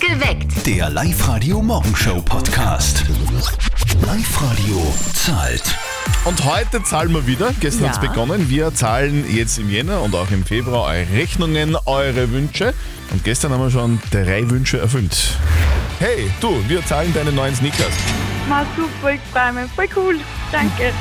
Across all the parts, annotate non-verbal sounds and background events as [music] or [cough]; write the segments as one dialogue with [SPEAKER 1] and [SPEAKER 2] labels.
[SPEAKER 1] Geweckt.
[SPEAKER 2] Der Live-Radio-Morgenshow-Podcast. Live-Radio zahlt.
[SPEAKER 3] Und heute zahlen wir wieder. Gestern
[SPEAKER 4] Ja.
[SPEAKER 3] hat's begonnen. Wir zahlen jetzt im Jänner und auch im Februar eure Rechnungen, eure Wünsche. Und gestern haben wir schon drei Wünsche erfüllt. Hey, du, wir zahlen deine neuen Sneakers.
[SPEAKER 5] Ma super, ich freue mich. Voll cool. Danke.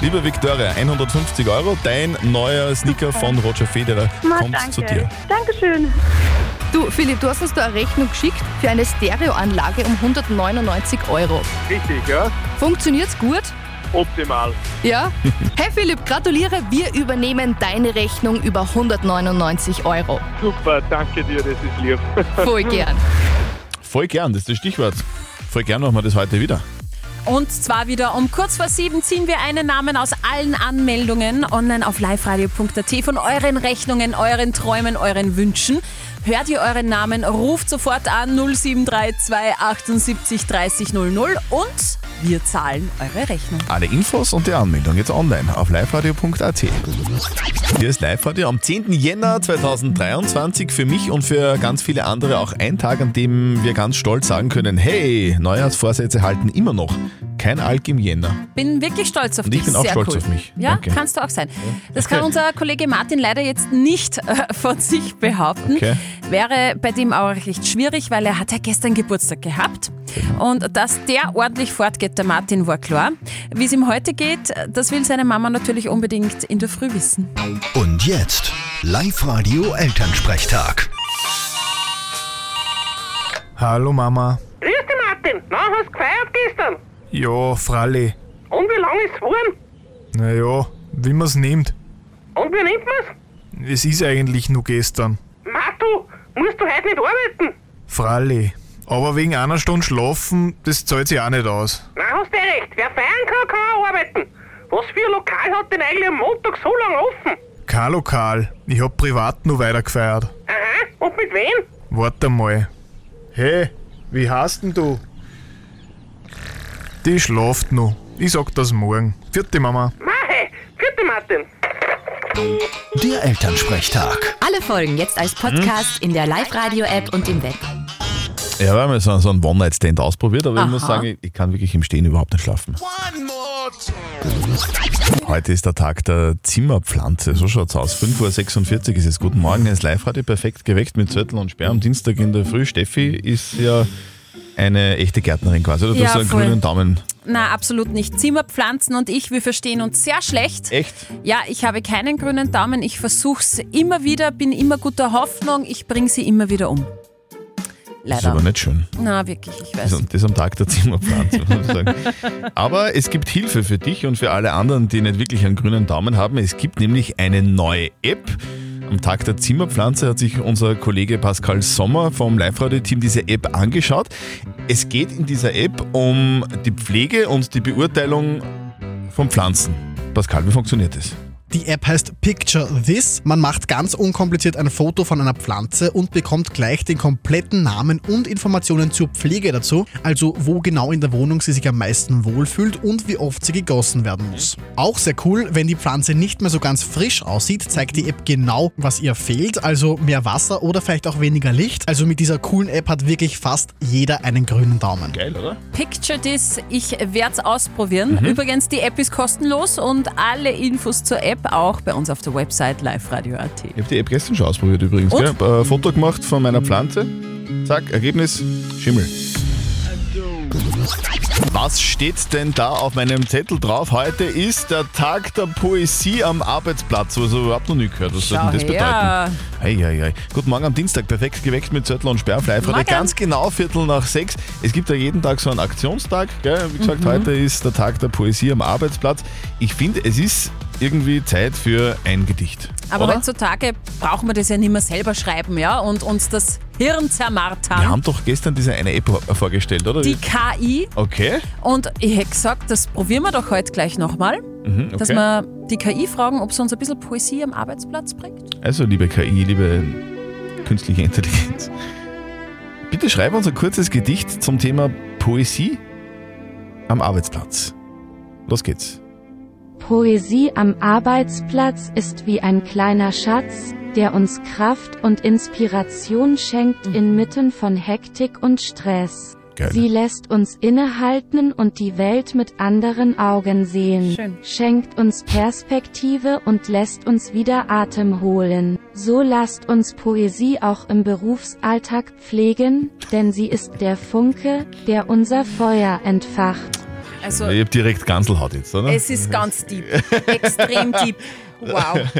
[SPEAKER 3] Liebe Viktoria, 150 Euro. Dein neuer Sneaker von Roger Federer
[SPEAKER 5] Ma,
[SPEAKER 3] kommt
[SPEAKER 5] danke.
[SPEAKER 3] zu dir.
[SPEAKER 5] Dankeschön.
[SPEAKER 4] Du, Philipp, du hast uns da eine Rechnung geschickt für eine Stereoanlage um 199 Euro.
[SPEAKER 6] Richtig, ja?
[SPEAKER 4] Funktioniert's gut?
[SPEAKER 6] Optimal. [laughs]
[SPEAKER 4] Ja? Hey Philipp, gratuliere, wir übernehmen deine Rechnung über 199 Euro.
[SPEAKER 6] Super, danke dir, das ist lieb. [laughs]
[SPEAKER 4] Voll gern.
[SPEAKER 3] Voll gern, das ist das Stichwort. Voll gern machen wir das heute wieder.
[SPEAKER 7] Und zwar wieder um kurz vor sieben ziehen wir einen Namen aus allen Anmeldungen online auf liveradio.at von euren Rechnungen, euren Träumen, euren Wünschen. Hört ihr euren Namen, ruft sofort an 0732 78 30 00 und wir zahlen eure Rechnung.
[SPEAKER 3] Alle Infos und die Anmeldung jetzt online auf liveradio.at. Hier ist Live-Radio am 10. Jänner 2023 für mich und für ganz viele andere auch ein Tag, an dem wir ganz stolz sagen können, hey, Neujahrsvorsätze halten immer noch. Kein Alk im Jänner.
[SPEAKER 7] Bin wirklich stolz auf
[SPEAKER 3] Und
[SPEAKER 7] dich.
[SPEAKER 3] ich bin auch
[SPEAKER 7] Sehr
[SPEAKER 3] stolz
[SPEAKER 7] cool.
[SPEAKER 3] auf mich.
[SPEAKER 7] Ja,
[SPEAKER 3] Danke.
[SPEAKER 7] kannst du auch sein. Das kann unser Kollege Martin leider jetzt nicht äh, [laughs] von sich behaupten.
[SPEAKER 3] Okay.
[SPEAKER 7] Wäre bei dem auch recht schwierig, weil er hat ja gestern Geburtstag gehabt.
[SPEAKER 3] Genau.
[SPEAKER 7] Und dass der ordentlich fortgeht, der Martin, war klar. Wie es ihm heute geht, das will seine Mama natürlich unbedingt in der Früh wissen.
[SPEAKER 2] Und jetzt Live-Radio Elternsprechtag.
[SPEAKER 8] Hallo Mama.
[SPEAKER 9] Grüß dich, Martin. Na, hast du gefeiert gestern?
[SPEAKER 8] Ja, Fralli.
[SPEAKER 9] Und wie lange ist es geworden?
[SPEAKER 8] Naja, wie man's nimmt.
[SPEAKER 9] Und wie nennt man's?
[SPEAKER 8] Es ist eigentlich nur gestern.
[SPEAKER 9] Matu, musst du heute nicht arbeiten?
[SPEAKER 8] Fralli. Aber wegen einer Stunde schlafen, das zahlt sich auch nicht aus.
[SPEAKER 9] Na, hast du eh recht. Wer feiern kann, kann auch arbeiten. Was für ein Lokal hat denn eigentlich am Montag so lange offen?
[SPEAKER 8] Kein Lokal. Ich hab privat nur weiter gefeiert.
[SPEAKER 9] Aha, und mit wem?
[SPEAKER 8] Warte mal. Hey, wie heißt denn du? Die schlaft noch. Ich sag das morgen. Vierte Mama.
[SPEAKER 9] Mahe, vierte Martin.
[SPEAKER 2] Der Elternsprechtag.
[SPEAKER 10] Alle Folgen jetzt als Podcast in der Live-Radio-App und im Web.
[SPEAKER 3] Ja, wir haben ja so so einen One-Night-Stand ausprobiert, aber ich muss sagen, ich- ich kann wirklich im Stehen überhaupt nicht schlafen. Heute ist der Tag der Zimmerpflanze, so schaut's aus. 5.46 Uhr ist es. Guten Morgen, es ist live heute perfekt geweckt mit Zettel und Sperr am Dienstag in der Früh. Steffi ist ja eine echte Gärtnerin quasi, oder? Du
[SPEAKER 7] Ja,
[SPEAKER 3] hast so einen
[SPEAKER 7] voll.
[SPEAKER 3] grünen Daumen.
[SPEAKER 7] Na, absolut nicht. Zimmerpflanzen und ich, wir verstehen uns sehr schlecht.
[SPEAKER 3] Echt?
[SPEAKER 7] Ja, ich habe keinen grünen Daumen. Ich versuch's immer wieder, bin immer guter Hoffnung. Ich bringe sie immer wieder um.
[SPEAKER 3] Das ist
[SPEAKER 7] Leider.
[SPEAKER 3] aber nicht schön.
[SPEAKER 7] Na, wirklich, ich
[SPEAKER 3] Das
[SPEAKER 7] weiß.
[SPEAKER 3] ist das ist am Tag der Zimmerpflanze, muss ich sagen. Aber es gibt Hilfe für dich und für alle anderen, die nicht wirklich einen grünen Daumen haben. Es gibt nämlich eine neue App. Am Tag der Zimmerpflanze hat sich unser Kollege Pascal Sommer vom Live-Radio-Team diese App angeschaut. Es geht in dieser App um die Pflege und die Beurteilung von Pflanzen. Pascal, wie funktioniert das?
[SPEAKER 11] Die App heißt Picture This. Man macht ganz unkompliziert ein Foto von einer Pflanze und bekommt gleich den kompletten Namen und Informationen zur Pflege dazu, also wo genau in der Wohnung sie sich am meisten wohlfühlt und wie oft sie gegossen werden muss. Auch sehr cool, wenn die Pflanze nicht mehr so ganz frisch aussieht, zeigt die App genau, was ihr fehlt, also mehr Wasser oder vielleicht auch weniger Licht. Also mit dieser coolen App hat wirklich fast jeder einen grünen Daumen.
[SPEAKER 3] Geil, oder?
[SPEAKER 7] Picture this, ich werd's ausprobieren.
[SPEAKER 3] Mhm.
[SPEAKER 7] Übrigens, die App ist kostenlos und alle Infos zur App auch bei uns auf der Website liveradio.at.
[SPEAKER 3] Ich habe die App gestern schon ausprobiert übrigens.
[SPEAKER 7] Und?
[SPEAKER 3] Gell? Ich habe ein Foto gemacht von meiner Pflanze. Zack, Ergebnis, Schimmel. Was steht denn da auf meinem Zettel drauf? Heute ist der Tag der Poesie am Arbeitsplatz. Also überhaupt noch nie gehört. Was soll denn das
[SPEAKER 7] Schau her.
[SPEAKER 3] bedeuten? Ei, ei, ei. Guten Morgen am Dienstag, perfekt geweckt mit Zettel und Sperrfleifrede.
[SPEAKER 7] Morgen.
[SPEAKER 3] Ganz genau Viertel nach sechs. Es gibt ja jeden Tag so einen Aktionstag. Gell? Wie gesagt,
[SPEAKER 7] Mhm.
[SPEAKER 3] heute ist der Tag der Poesie am Arbeitsplatz. Ich finde, es ist irgendwie Zeit für ein Gedicht.
[SPEAKER 7] Aber
[SPEAKER 3] oder?
[SPEAKER 7] heutzutage brauchen wir das ja nicht mehr selber schreiben, ja? Und uns das Hirn zermartern.
[SPEAKER 3] Wir haben doch gestern diese eine App vorgestellt, oder?
[SPEAKER 7] Die KI
[SPEAKER 3] okay.
[SPEAKER 7] Und ich hätte gesagt, das probieren wir doch heute gleich nochmal,
[SPEAKER 3] Mhm,
[SPEAKER 7] dass
[SPEAKER 3] okay.
[SPEAKER 7] wir die KI fragen, ob sie uns ein bisschen Poesie am Arbeitsplatz bringt.
[SPEAKER 3] Also, liebe KI, liebe künstliche Intelligenz, bitte schreib uns ein kurzes Gedicht zum Thema Poesie am Arbeitsplatz. Los geht's.
[SPEAKER 10] Poesie am Arbeitsplatz ist wie ein kleiner Schatz,
[SPEAKER 1] der uns Kraft und Inspiration schenkt inmitten von Hektik und Stress.
[SPEAKER 3] Geil.
[SPEAKER 1] Sie lässt uns innehalten und die Welt mit anderen Augen sehen,
[SPEAKER 7] Schön.
[SPEAKER 1] schenkt uns Perspektive und lässt uns wieder Atem holen. So lasst uns Poesie auch im Berufsalltag pflegen, denn sie ist der Funke, der unser Feuer entfacht.
[SPEAKER 7] Also,
[SPEAKER 3] Ich habe direkt Ganselhaut jetzt, oder?
[SPEAKER 7] es ist ganz deep. Extrem deep. Wow.
[SPEAKER 3] [laughs]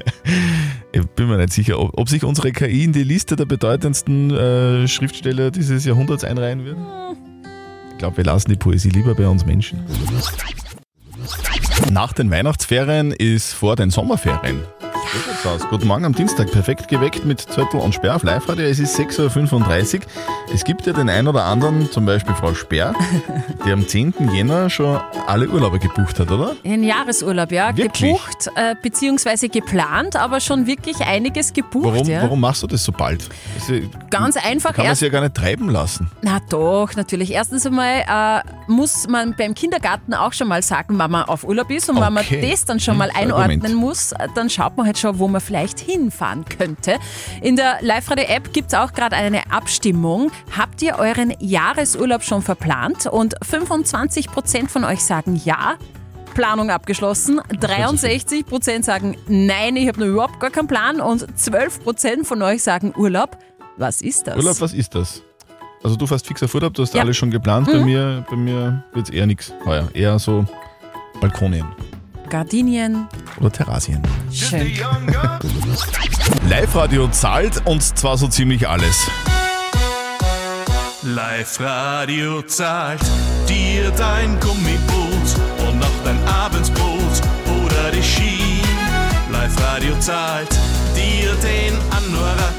[SPEAKER 3] Ich bin mir nicht sicher, ob, ob sich unsere KI in die Liste der bedeutendsten äh, Schriftsteller dieses Jahrhunderts einreihen wird. Ich glaube, wir lassen die Poesie lieber bei uns Menschen. Nach den Weihnachtsferien ist vor den Sommerferien. So schaut's aus. Guten Morgen am Dienstag, perfekt geweckt mit Zöttel und Sperr auf Live-Radio. Es ist 6.35 Uhr. Es gibt ja den einen oder anderen, zum Beispiel Frau Sperr, die am 10. Jänner schon alle Urlaube gebucht hat, oder?
[SPEAKER 7] Ein Jahresurlaub, ja.
[SPEAKER 3] Wirklich?
[SPEAKER 7] Gebucht, äh, beziehungsweise geplant, aber schon wirklich einiges gebucht.
[SPEAKER 3] Warum,
[SPEAKER 7] ja.
[SPEAKER 3] warum machst du das so bald? Also,
[SPEAKER 7] Ganz einfach
[SPEAKER 3] Kann man
[SPEAKER 7] erst.
[SPEAKER 3] sich ja gar nicht treiben lassen.
[SPEAKER 7] Na doch, natürlich. Erstens einmal äh, muss man beim Kindergarten auch schon mal sagen, wann man auf Urlaub ist. Und wenn man
[SPEAKER 3] Okay.
[SPEAKER 7] das dann schon mal
[SPEAKER 3] Hm, Argument.
[SPEAKER 7] einordnen muss, äh, dann schaut man halt schon, wo man vielleicht hinfahren könnte. In der Live-Radio-App gibt es auch gerade eine Abstimmung. Habt ihr euren Jahresurlaub schon verplant? Und 25% von euch sagen ja. Planung abgeschlossen. 63% sagen nein, ich habe noch überhaupt gar keinen Plan. Und 12% von euch sagen Urlaub. Was ist das?
[SPEAKER 3] Urlaub, was ist das? Also du fährst fix auf Urlaub, du hast
[SPEAKER 7] Ja. Hm?
[SPEAKER 3] alles schon geplant. Bei mir, bei mir wird es eher nichts heuer. Eher so Balkonien
[SPEAKER 7] Gardinien.
[SPEAKER 3] oder Terrasien.
[SPEAKER 7] Schön.
[SPEAKER 3] Live-Radio zahlt und zwar so ziemlich alles.
[SPEAKER 12] Live-Radio zahlt dir dein Gummiboot und noch dein Abendsbrot oder die Ski. Live-Radio zahlt dir den Anorak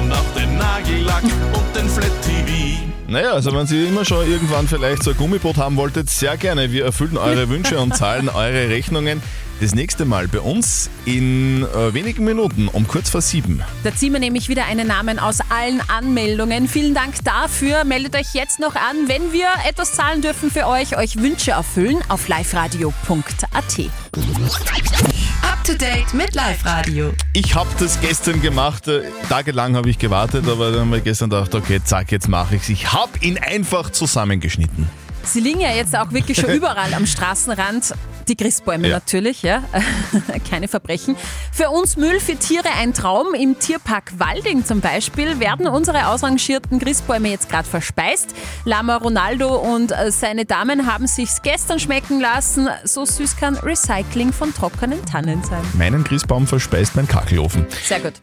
[SPEAKER 12] und noch den Nagellack und den Flat-TV.
[SPEAKER 3] Naja, also wenn Sie immer schon irgendwann vielleicht so ein Gummiboot haben wolltet, sehr gerne. Wir erfüllen eure Wünsche und
[SPEAKER 7] [laughs]
[SPEAKER 3] zahlen eure Rechnungen. Das nächste Mal bei uns in äh, wenigen Minuten um kurz vor sieben.
[SPEAKER 7] Da ziehen wir nämlich wieder einen Namen aus allen Anmeldungen. Vielen Dank dafür. Meldet euch jetzt noch an, wenn wir etwas zahlen dürfen für euch, euch Wünsche erfüllen auf liveradio.at.
[SPEAKER 10] Up to date mit Live-Radio.
[SPEAKER 3] Ich habe das gestern gemacht, äh, tagelang habe ich gewartet, aber dann habe ich gestern gedacht, okay, zack, jetzt mache ich's. Ich habe ihn einfach zusammengeschnitten.
[SPEAKER 7] Sie liegen ja jetzt auch wirklich schon überall am Straßenrand. Die Christbäume
[SPEAKER 3] Ja.
[SPEAKER 7] natürlich, ja. [laughs] Keine Verbrechen. Für uns Müll, für Tiere ein Traum. Im Tierpark Walding zum Beispiel werden unsere ausrangierten Christbäume jetzt gerade verspeist. Lama Ronaldo und äh, seine Damen haben sich's gestern schmecken lassen. So süß kann Recycling von trockenen Tannen sein.
[SPEAKER 3] Meinen Christbaum verspeist mein Kachelofen.
[SPEAKER 7] Sehr gut.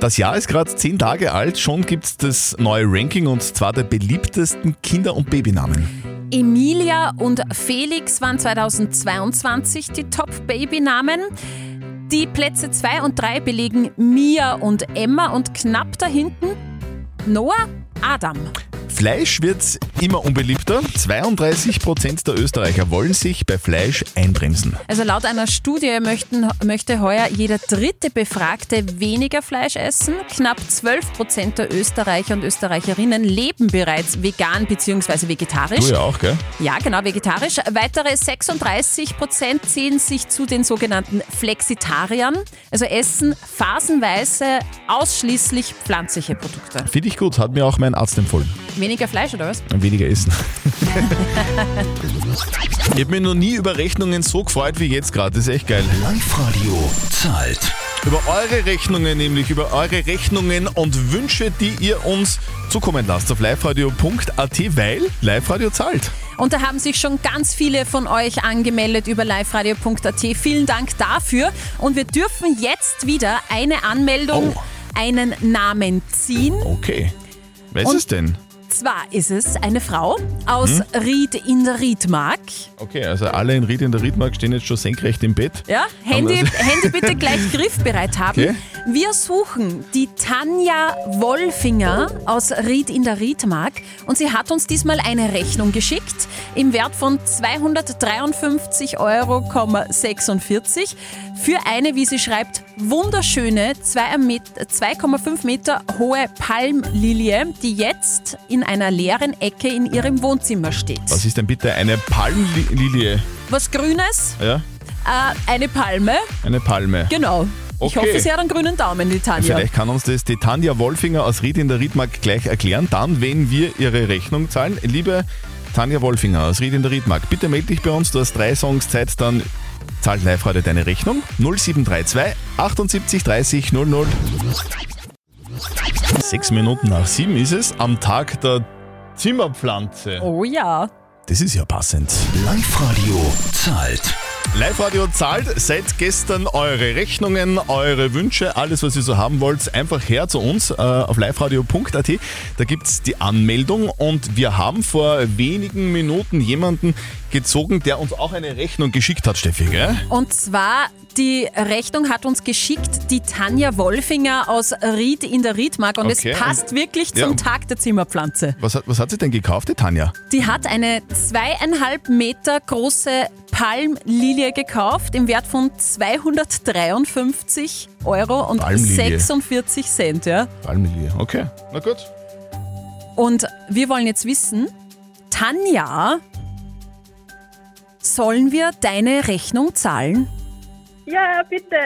[SPEAKER 3] Das Jahr ist gerade zehn Tage alt, schon gibt's das neue Ranking und zwar der beliebtesten Kinder- und Babynamen.
[SPEAKER 7] Emilia und Felix waren 2022 die Top-Baby-Namen. Die Plätze 2 und 3 belegen Mia und Emma und knapp dahinten Noah, Adam.
[SPEAKER 3] Fleisch wird immer unbeliebter. 32% der Österreicher wollen sich bei Fleisch einbremsen.
[SPEAKER 7] Also laut einer Studie möchten, möchte heuer jeder dritte Befragte weniger Fleisch essen. Knapp 12 Prozent der Österreicher und Österreicherinnen leben bereits vegan bzw. vegetarisch.
[SPEAKER 3] Du ja auch, gell?
[SPEAKER 7] Ja, genau, vegetarisch. Weitere 36 Prozent zählen sich zu den sogenannten Flexitariern, also essen phasenweise ausschließlich pflanzliche Produkte.
[SPEAKER 3] Finde ich gut, hat mir auch mein Arzt empfohlen.
[SPEAKER 7] Weniger Fleisch oder was?
[SPEAKER 3] weniger essen. [laughs] ich habe mich noch nie über Rechnungen so gefreut wie jetzt gerade. Das ist echt geil.
[SPEAKER 2] Live-Radio zahlt.
[SPEAKER 3] Über eure Rechnungen nämlich, über eure Rechnungen und Wünsche, die ihr uns zukommen lasst auf liveradio.at, weil Live-Radio zahlt.
[SPEAKER 7] Und da haben sich schon ganz viele von euch angemeldet über liveradio.at. Vielen Dank dafür. Und wir dürfen jetzt wieder eine Anmeldung,
[SPEAKER 3] Oh.
[SPEAKER 7] einen Namen ziehen.
[SPEAKER 3] Okay. Wer ist
[SPEAKER 7] Und-
[SPEAKER 3] es denn?
[SPEAKER 7] Zwar ist es eine Frau aus Ried in der Riedmark.
[SPEAKER 3] Okay, also alle in Ried in der Riedmark stehen jetzt schon senkrecht im Bett.
[SPEAKER 7] Ja, Handy,
[SPEAKER 3] Haben das- [laughs]
[SPEAKER 7] Handy bitte gleich griffbereit haben.
[SPEAKER 3] Okay.
[SPEAKER 7] Wir suchen die Tanja Wolfinger aus Ried in der Riedmark und sie hat uns diesmal eine Rechnung geschickt im Wert von 253,46 Euro für eine, wie sie schreibt, wunderschöne 2,5 Met- 2,5 Meter hohe Palmlilie, die jetzt in einer leeren Ecke in ihrem Wohnzimmer steht.
[SPEAKER 3] Was ist denn bitte eine Palmlilie?
[SPEAKER 7] Was Grünes,
[SPEAKER 3] Ja,
[SPEAKER 7] äh, eine Palme,
[SPEAKER 3] eine Palme.
[SPEAKER 7] genau. Ich hoffe, sie hat einen grünen Daumen, die Tanja.
[SPEAKER 3] Vielleicht kann uns das die Tanja Wolfinger aus Ried in der Riedmark gleich erklären, dann, wenn wir ihre Rechnung zahlen. Liebe Tanja Wolfinger aus Ried in der Riedmark, bitte melde dich bei uns, du hast drei Songs Zeit, dann zahlt live heute deine Rechnung. 0732 78 30 00. Sechs Minuten nach sieben ist es, am Tag der Zimmerpflanze.
[SPEAKER 7] Oh ja.
[SPEAKER 3] Das ist ja passend. Live-Radio zahlt. Live-Radio zahlt seit gestern eure Rechnungen, eure Wünsche, alles, was ihr so haben wollt, einfach her zu uns äh, auf liveradio.at. Da gibt's die Anmeldung und wir haben vor wenigen Minuten jemanden gezogen, der uns auch eine Rechnung geschickt hat, Steffi, gell?
[SPEAKER 7] Und zwar, die Rechnung hat uns geschickt die Tanja Wolfinger aus Ried in der Riedmark. Und
[SPEAKER 3] Okay,
[SPEAKER 7] es passt
[SPEAKER 3] und-
[SPEAKER 7] wirklich
[SPEAKER 3] ja.
[SPEAKER 7] zum Tag der Zimmerpflanze.
[SPEAKER 3] Was hat, was hat sie denn gekauft, die Tanja?
[SPEAKER 7] Die hat eine zweieinhalb Meter große Palmlilie gekauft im Wert von 253 Euro und
[SPEAKER 3] Palmlilie.
[SPEAKER 7] 46 Cent. Ja.
[SPEAKER 3] Palmlilie, okay. Na gut.
[SPEAKER 7] Und wir wollen jetzt wissen, Tanja, sollen wir deine Rechnung zahlen?
[SPEAKER 5] Ja, bitte.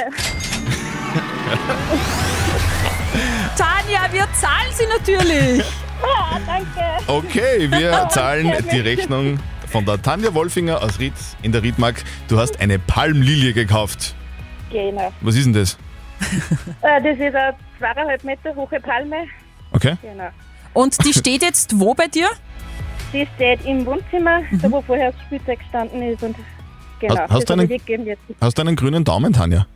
[SPEAKER 7] Tanja, wir zahlen sie natürlich.
[SPEAKER 5] Ah, danke.
[SPEAKER 3] Okay, wir zahlen die Rechnung von der Tanja Wolfinger aus Ried in der Riedmark. Du hast eine Palmlilie gekauft.
[SPEAKER 5] Genau.
[SPEAKER 3] Was ist denn das?
[SPEAKER 5] Äh, Das ist eine zweieinhalb Meter hohe Palme.
[SPEAKER 3] Okay.
[SPEAKER 5] Genau.
[SPEAKER 7] Und die steht jetzt wo bei dir?
[SPEAKER 5] Die steht im Wohnzimmer, da wo vorher das Spielzeug gestanden ist. Und genau,
[SPEAKER 3] Mhm. Hast- hast du
[SPEAKER 5] das
[SPEAKER 3] einen-
[SPEAKER 5] habe ich gegeben jetzt.
[SPEAKER 3] Hast du einen grünen Daumen, Tanja?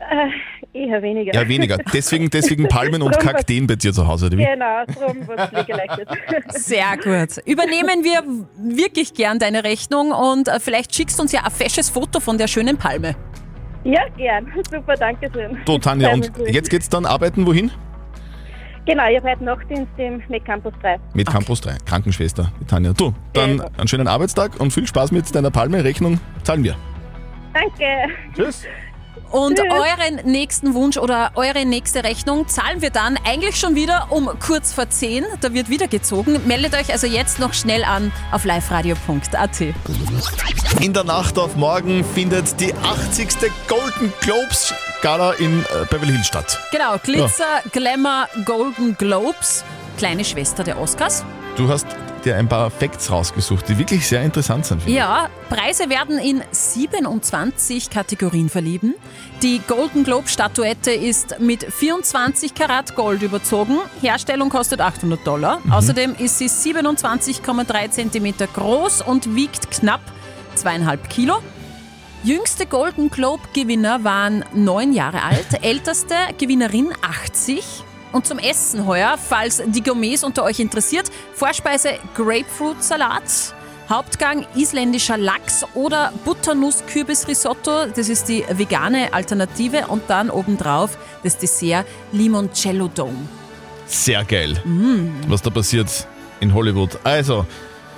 [SPEAKER 5] Äh, eher weniger.
[SPEAKER 3] Ja, weniger. Deswegen, deswegen Palmen und
[SPEAKER 5] Drum-
[SPEAKER 3] Kakteen bei dir zu Hause, oder wie?
[SPEAKER 5] Genau, darum
[SPEAKER 3] [laughs]
[SPEAKER 5] wurde es pflegeleichtet.
[SPEAKER 7] Sehr gut. Übernehmen wir wirklich gern deine Rechnung und äh, vielleicht schickst du uns ja ein fesches Foto von der schönen Palme.
[SPEAKER 5] [laughs] Ja, gern. Super, danke schön.
[SPEAKER 3] So, Tanja, und
[SPEAKER 5] Also gut.
[SPEAKER 3] jetzt geht's dann arbeiten wohin?
[SPEAKER 5] Genau, ich habe heute Nachtdienst im Mac Campus 3.
[SPEAKER 3] Mit Campus 3, Krankenschwester, mit Tanja. Du, dann einen schönen Arbeitstag und viel Spaß mit deiner Palme. Rechnung zahlen wir.
[SPEAKER 5] Danke.
[SPEAKER 3] Tschüss.
[SPEAKER 7] Und
[SPEAKER 5] Tschüss.
[SPEAKER 7] euren nächsten Wunsch oder eure nächste Rechnung zahlen wir dann eigentlich schon wieder um kurz vor 10. Da wird wieder gezogen. Meldet euch also jetzt noch schnell an auf liveradio.at.
[SPEAKER 3] In der Nacht auf morgen findet die 80. Golden Globes Gala in äh, Beverly Hills statt.
[SPEAKER 7] Genau, Glitzer, Glamour, Golden Globes, kleine Schwester der Oscars.
[SPEAKER 3] Du hast dir ein paar Facts rausgesucht, die wirklich sehr interessant sind. finde
[SPEAKER 7] Ja, Preise werden in 27 Kategorien verliehen. Die Golden Globe-Statuette ist mit 24 Karat Gold überzogen. Herstellung kostet 800 Dollar. Außerdem ist sie 27,3 Zentimeter groß und wiegt knapp zweieinhalb Kilo. Jüngste Golden Globe-Gewinner waren neun Jahre alt, älteste Gewinnerin 80. Und zum Essen heuer, falls die Gourmets unter euch interessiert, Vorspeise Grapefruit-Salat, Hauptgang isländischer Lachs oder Butternuss-Kürbis-Risotto, das ist die vegane Alternative. Und dann obendrauf das Dessert Limoncello Dome.
[SPEAKER 3] ich. Sehr geil, was da passiert in Hollywood. Also,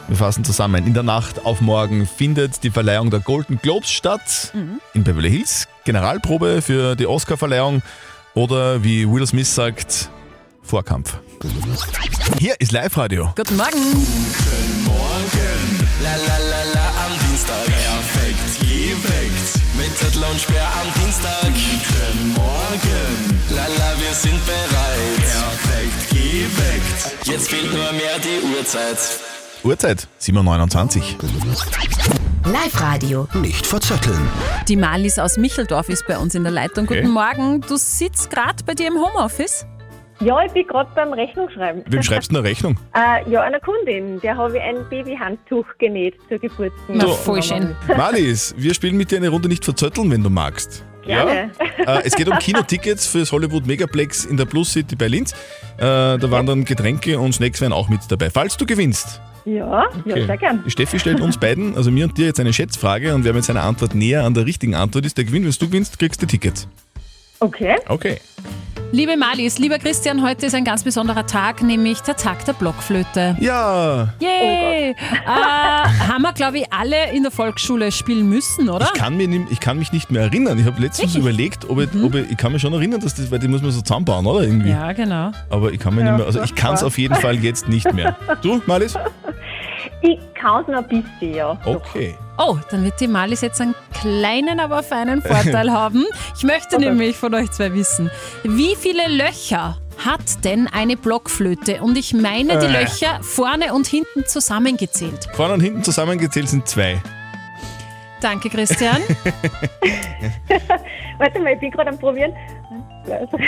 [SPEAKER 3] wir fassen zusammen. In der Nacht auf morgen findet die Verleihung der Golden Globes statt in Beverly Hills. Generalprobe für die Oscar-Verleihung oder wie Will Smith sagt, Vorkampf. Hier ist Live-Radio.
[SPEAKER 7] Guten Morgen!
[SPEAKER 12] Morgen, la la la la am Dienstag. Perfekt, geweckt. Mit Zettel und Sperr am Dienstag. Guten Morgen, la la, wir sind bereit. Perfekt, geweckt. Jetzt fehlt nur mehr die Uhrzeit.
[SPEAKER 3] Uhrzeit 7.29
[SPEAKER 10] Live-Radio.
[SPEAKER 2] Nicht verzetteln.
[SPEAKER 7] Die Malis aus Micheldorf ist bei uns in der Leitung.
[SPEAKER 3] Okay.
[SPEAKER 7] Guten Morgen, du sitzt gerade bei dir im Homeoffice?
[SPEAKER 5] Ja, ich bin gerade beim Rechnungsschreiben.
[SPEAKER 3] Wem schreibst du eine Rechnung?
[SPEAKER 5] Äh, ja, einer Kundin, der habe ich ein Babyhandtuch genäht zur Geburt.
[SPEAKER 7] Na, voll schön.
[SPEAKER 3] Malis, wir spielen mit dir eine Runde nicht verzötteln, wenn du magst.
[SPEAKER 5] Gerne.
[SPEAKER 3] Ja? Äh, es geht um Kinotickets fürs Hollywood Megaplex in der Plus City bei Linz. Äh, da waren dann Getränke und Snacks wären auch mit dabei. Falls du gewinnst.
[SPEAKER 5] Ja, ja, sehr gern.
[SPEAKER 3] Die Steffi stellt uns beiden, also mir und dir, jetzt eine Schätzfrage und wer mit seiner Antwort näher an der richtigen Antwort ist, der gewinnt. Wenn du gewinnst, kriegst du Tickets.
[SPEAKER 5] Okay.
[SPEAKER 3] Okay.
[SPEAKER 7] Liebe Malis, lieber Christian, heute ist ein ganz besonderer Tag, nämlich der Tag der Blockflöte.
[SPEAKER 3] Ja,
[SPEAKER 7] Yay! [laughs] äh, haben wir, glaube ich, alle in der Volksschule spielen müssen, oder?
[SPEAKER 3] ich kann, mir, nim- ich kann mich nicht mehr erinnern. Ich habe letztens überlegt, ob
[SPEAKER 5] Mhm.
[SPEAKER 3] ich, ob ich, ich kann mich schon erinnern, dass das, weil die muss man so zusammenbauen, oder? Irgendwie.
[SPEAKER 7] Ja, genau.
[SPEAKER 3] Aber ich kann mir nicht mehr, also ich kann es auf jeden Fall jetzt nicht
[SPEAKER 5] [laughs]
[SPEAKER 3] mehr. Du, Malis?
[SPEAKER 5] Ich kann es noch ein bisschen, ja.
[SPEAKER 3] Okay.
[SPEAKER 7] Oh, dann Oh, wird die Malis jetzt einen kleinen, aber feinen [laughs] Vorteil haben. Ich möchte nämlich von euch zwei wissen, wie viele Löcher hat denn eine Blockflöte? Und ich meine die
[SPEAKER 3] Äh.
[SPEAKER 7] Löcher vorne und hinten zusammengezählt.
[SPEAKER 3] Vorne und hinten zusammengezählt sind zwei.
[SPEAKER 7] Danke, [laughs] Christian.
[SPEAKER 5] Warte mal, ich bin gerade am Probieren.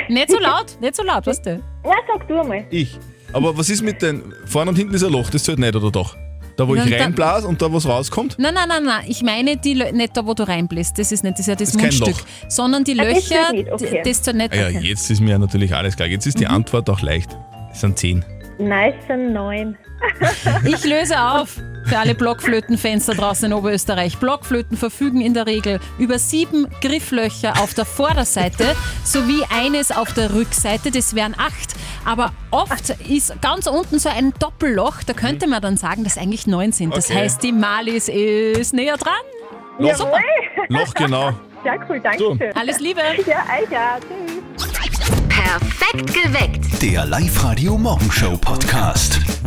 [SPEAKER 7] nicht so laut, nicht so laut, weißt du?
[SPEAKER 5] Ja, sag du mal.
[SPEAKER 3] Ich. Aber was ist mit den. Vorne und hinten ist ein Loch, das zählt nicht, oder doch? Da, wo
[SPEAKER 7] Na,
[SPEAKER 3] ich
[SPEAKER 7] da-
[SPEAKER 3] reinblase und da was rauskommt?
[SPEAKER 7] Nein, nein, nein, nein. Ich meine die Lö nicht da, wo du reinbläst. Das ist nicht, das ist ja das,
[SPEAKER 3] ist kein
[SPEAKER 7] Mundstück.
[SPEAKER 3] Loch.
[SPEAKER 7] Sondern die
[SPEAKER 5] Ah, das
[SPEAKER 7] Löcher,
[SPEAKER 5] zählt nicht, okay.
[SPEAKER 7] d- das da nicht.
[SPEAKER 3] Ah, ja, jetzt ist mir natürlich alles klar. Jetzt ist
[SPEAKER 7] Mhm.
[SPEAKER 3] die Antwort auch leicht. Es sind zehn.
[SPEAKER 5] Nice, ein neun.
[SPEAKER 7] Ich löse auf. Für alle Blockflötenfans da draußen in Oberösterreich. Blockflöten verfügen in der Regel über sieben Grifflöcher auf
[SPEAKER 5] [laughs]
[SPEAKER 7] der Vorderseite sowie eines auf der Rückseite. Das wären acht. Aber oft ist ganz unten so ein Doppelloch. Da könnte man dann sagen, dass eigentlich neun sind. Das
[SPEAKER 3] Mhm. Okay.
[SPEAKER 7] heißt, die Malis ist näher dran.
[SPEAKER 3] Loch,
[SPEAKER 5] [laughs]
[SPEAKER 3] Loch genau.
[SPEAKER 5] Ja, cool, danke
[SPEAKER 3] Ah. So.
[SPEAKER 5] schön.
[SPEAKER 7] Alles Liebe.
[SPEAKER 5] Ja, euch auch. Tschüss.
[SPEAKER 10] Perfekt geweckt.
[SPEAKER 2] Der Live-Radio Morgenshow Podcast.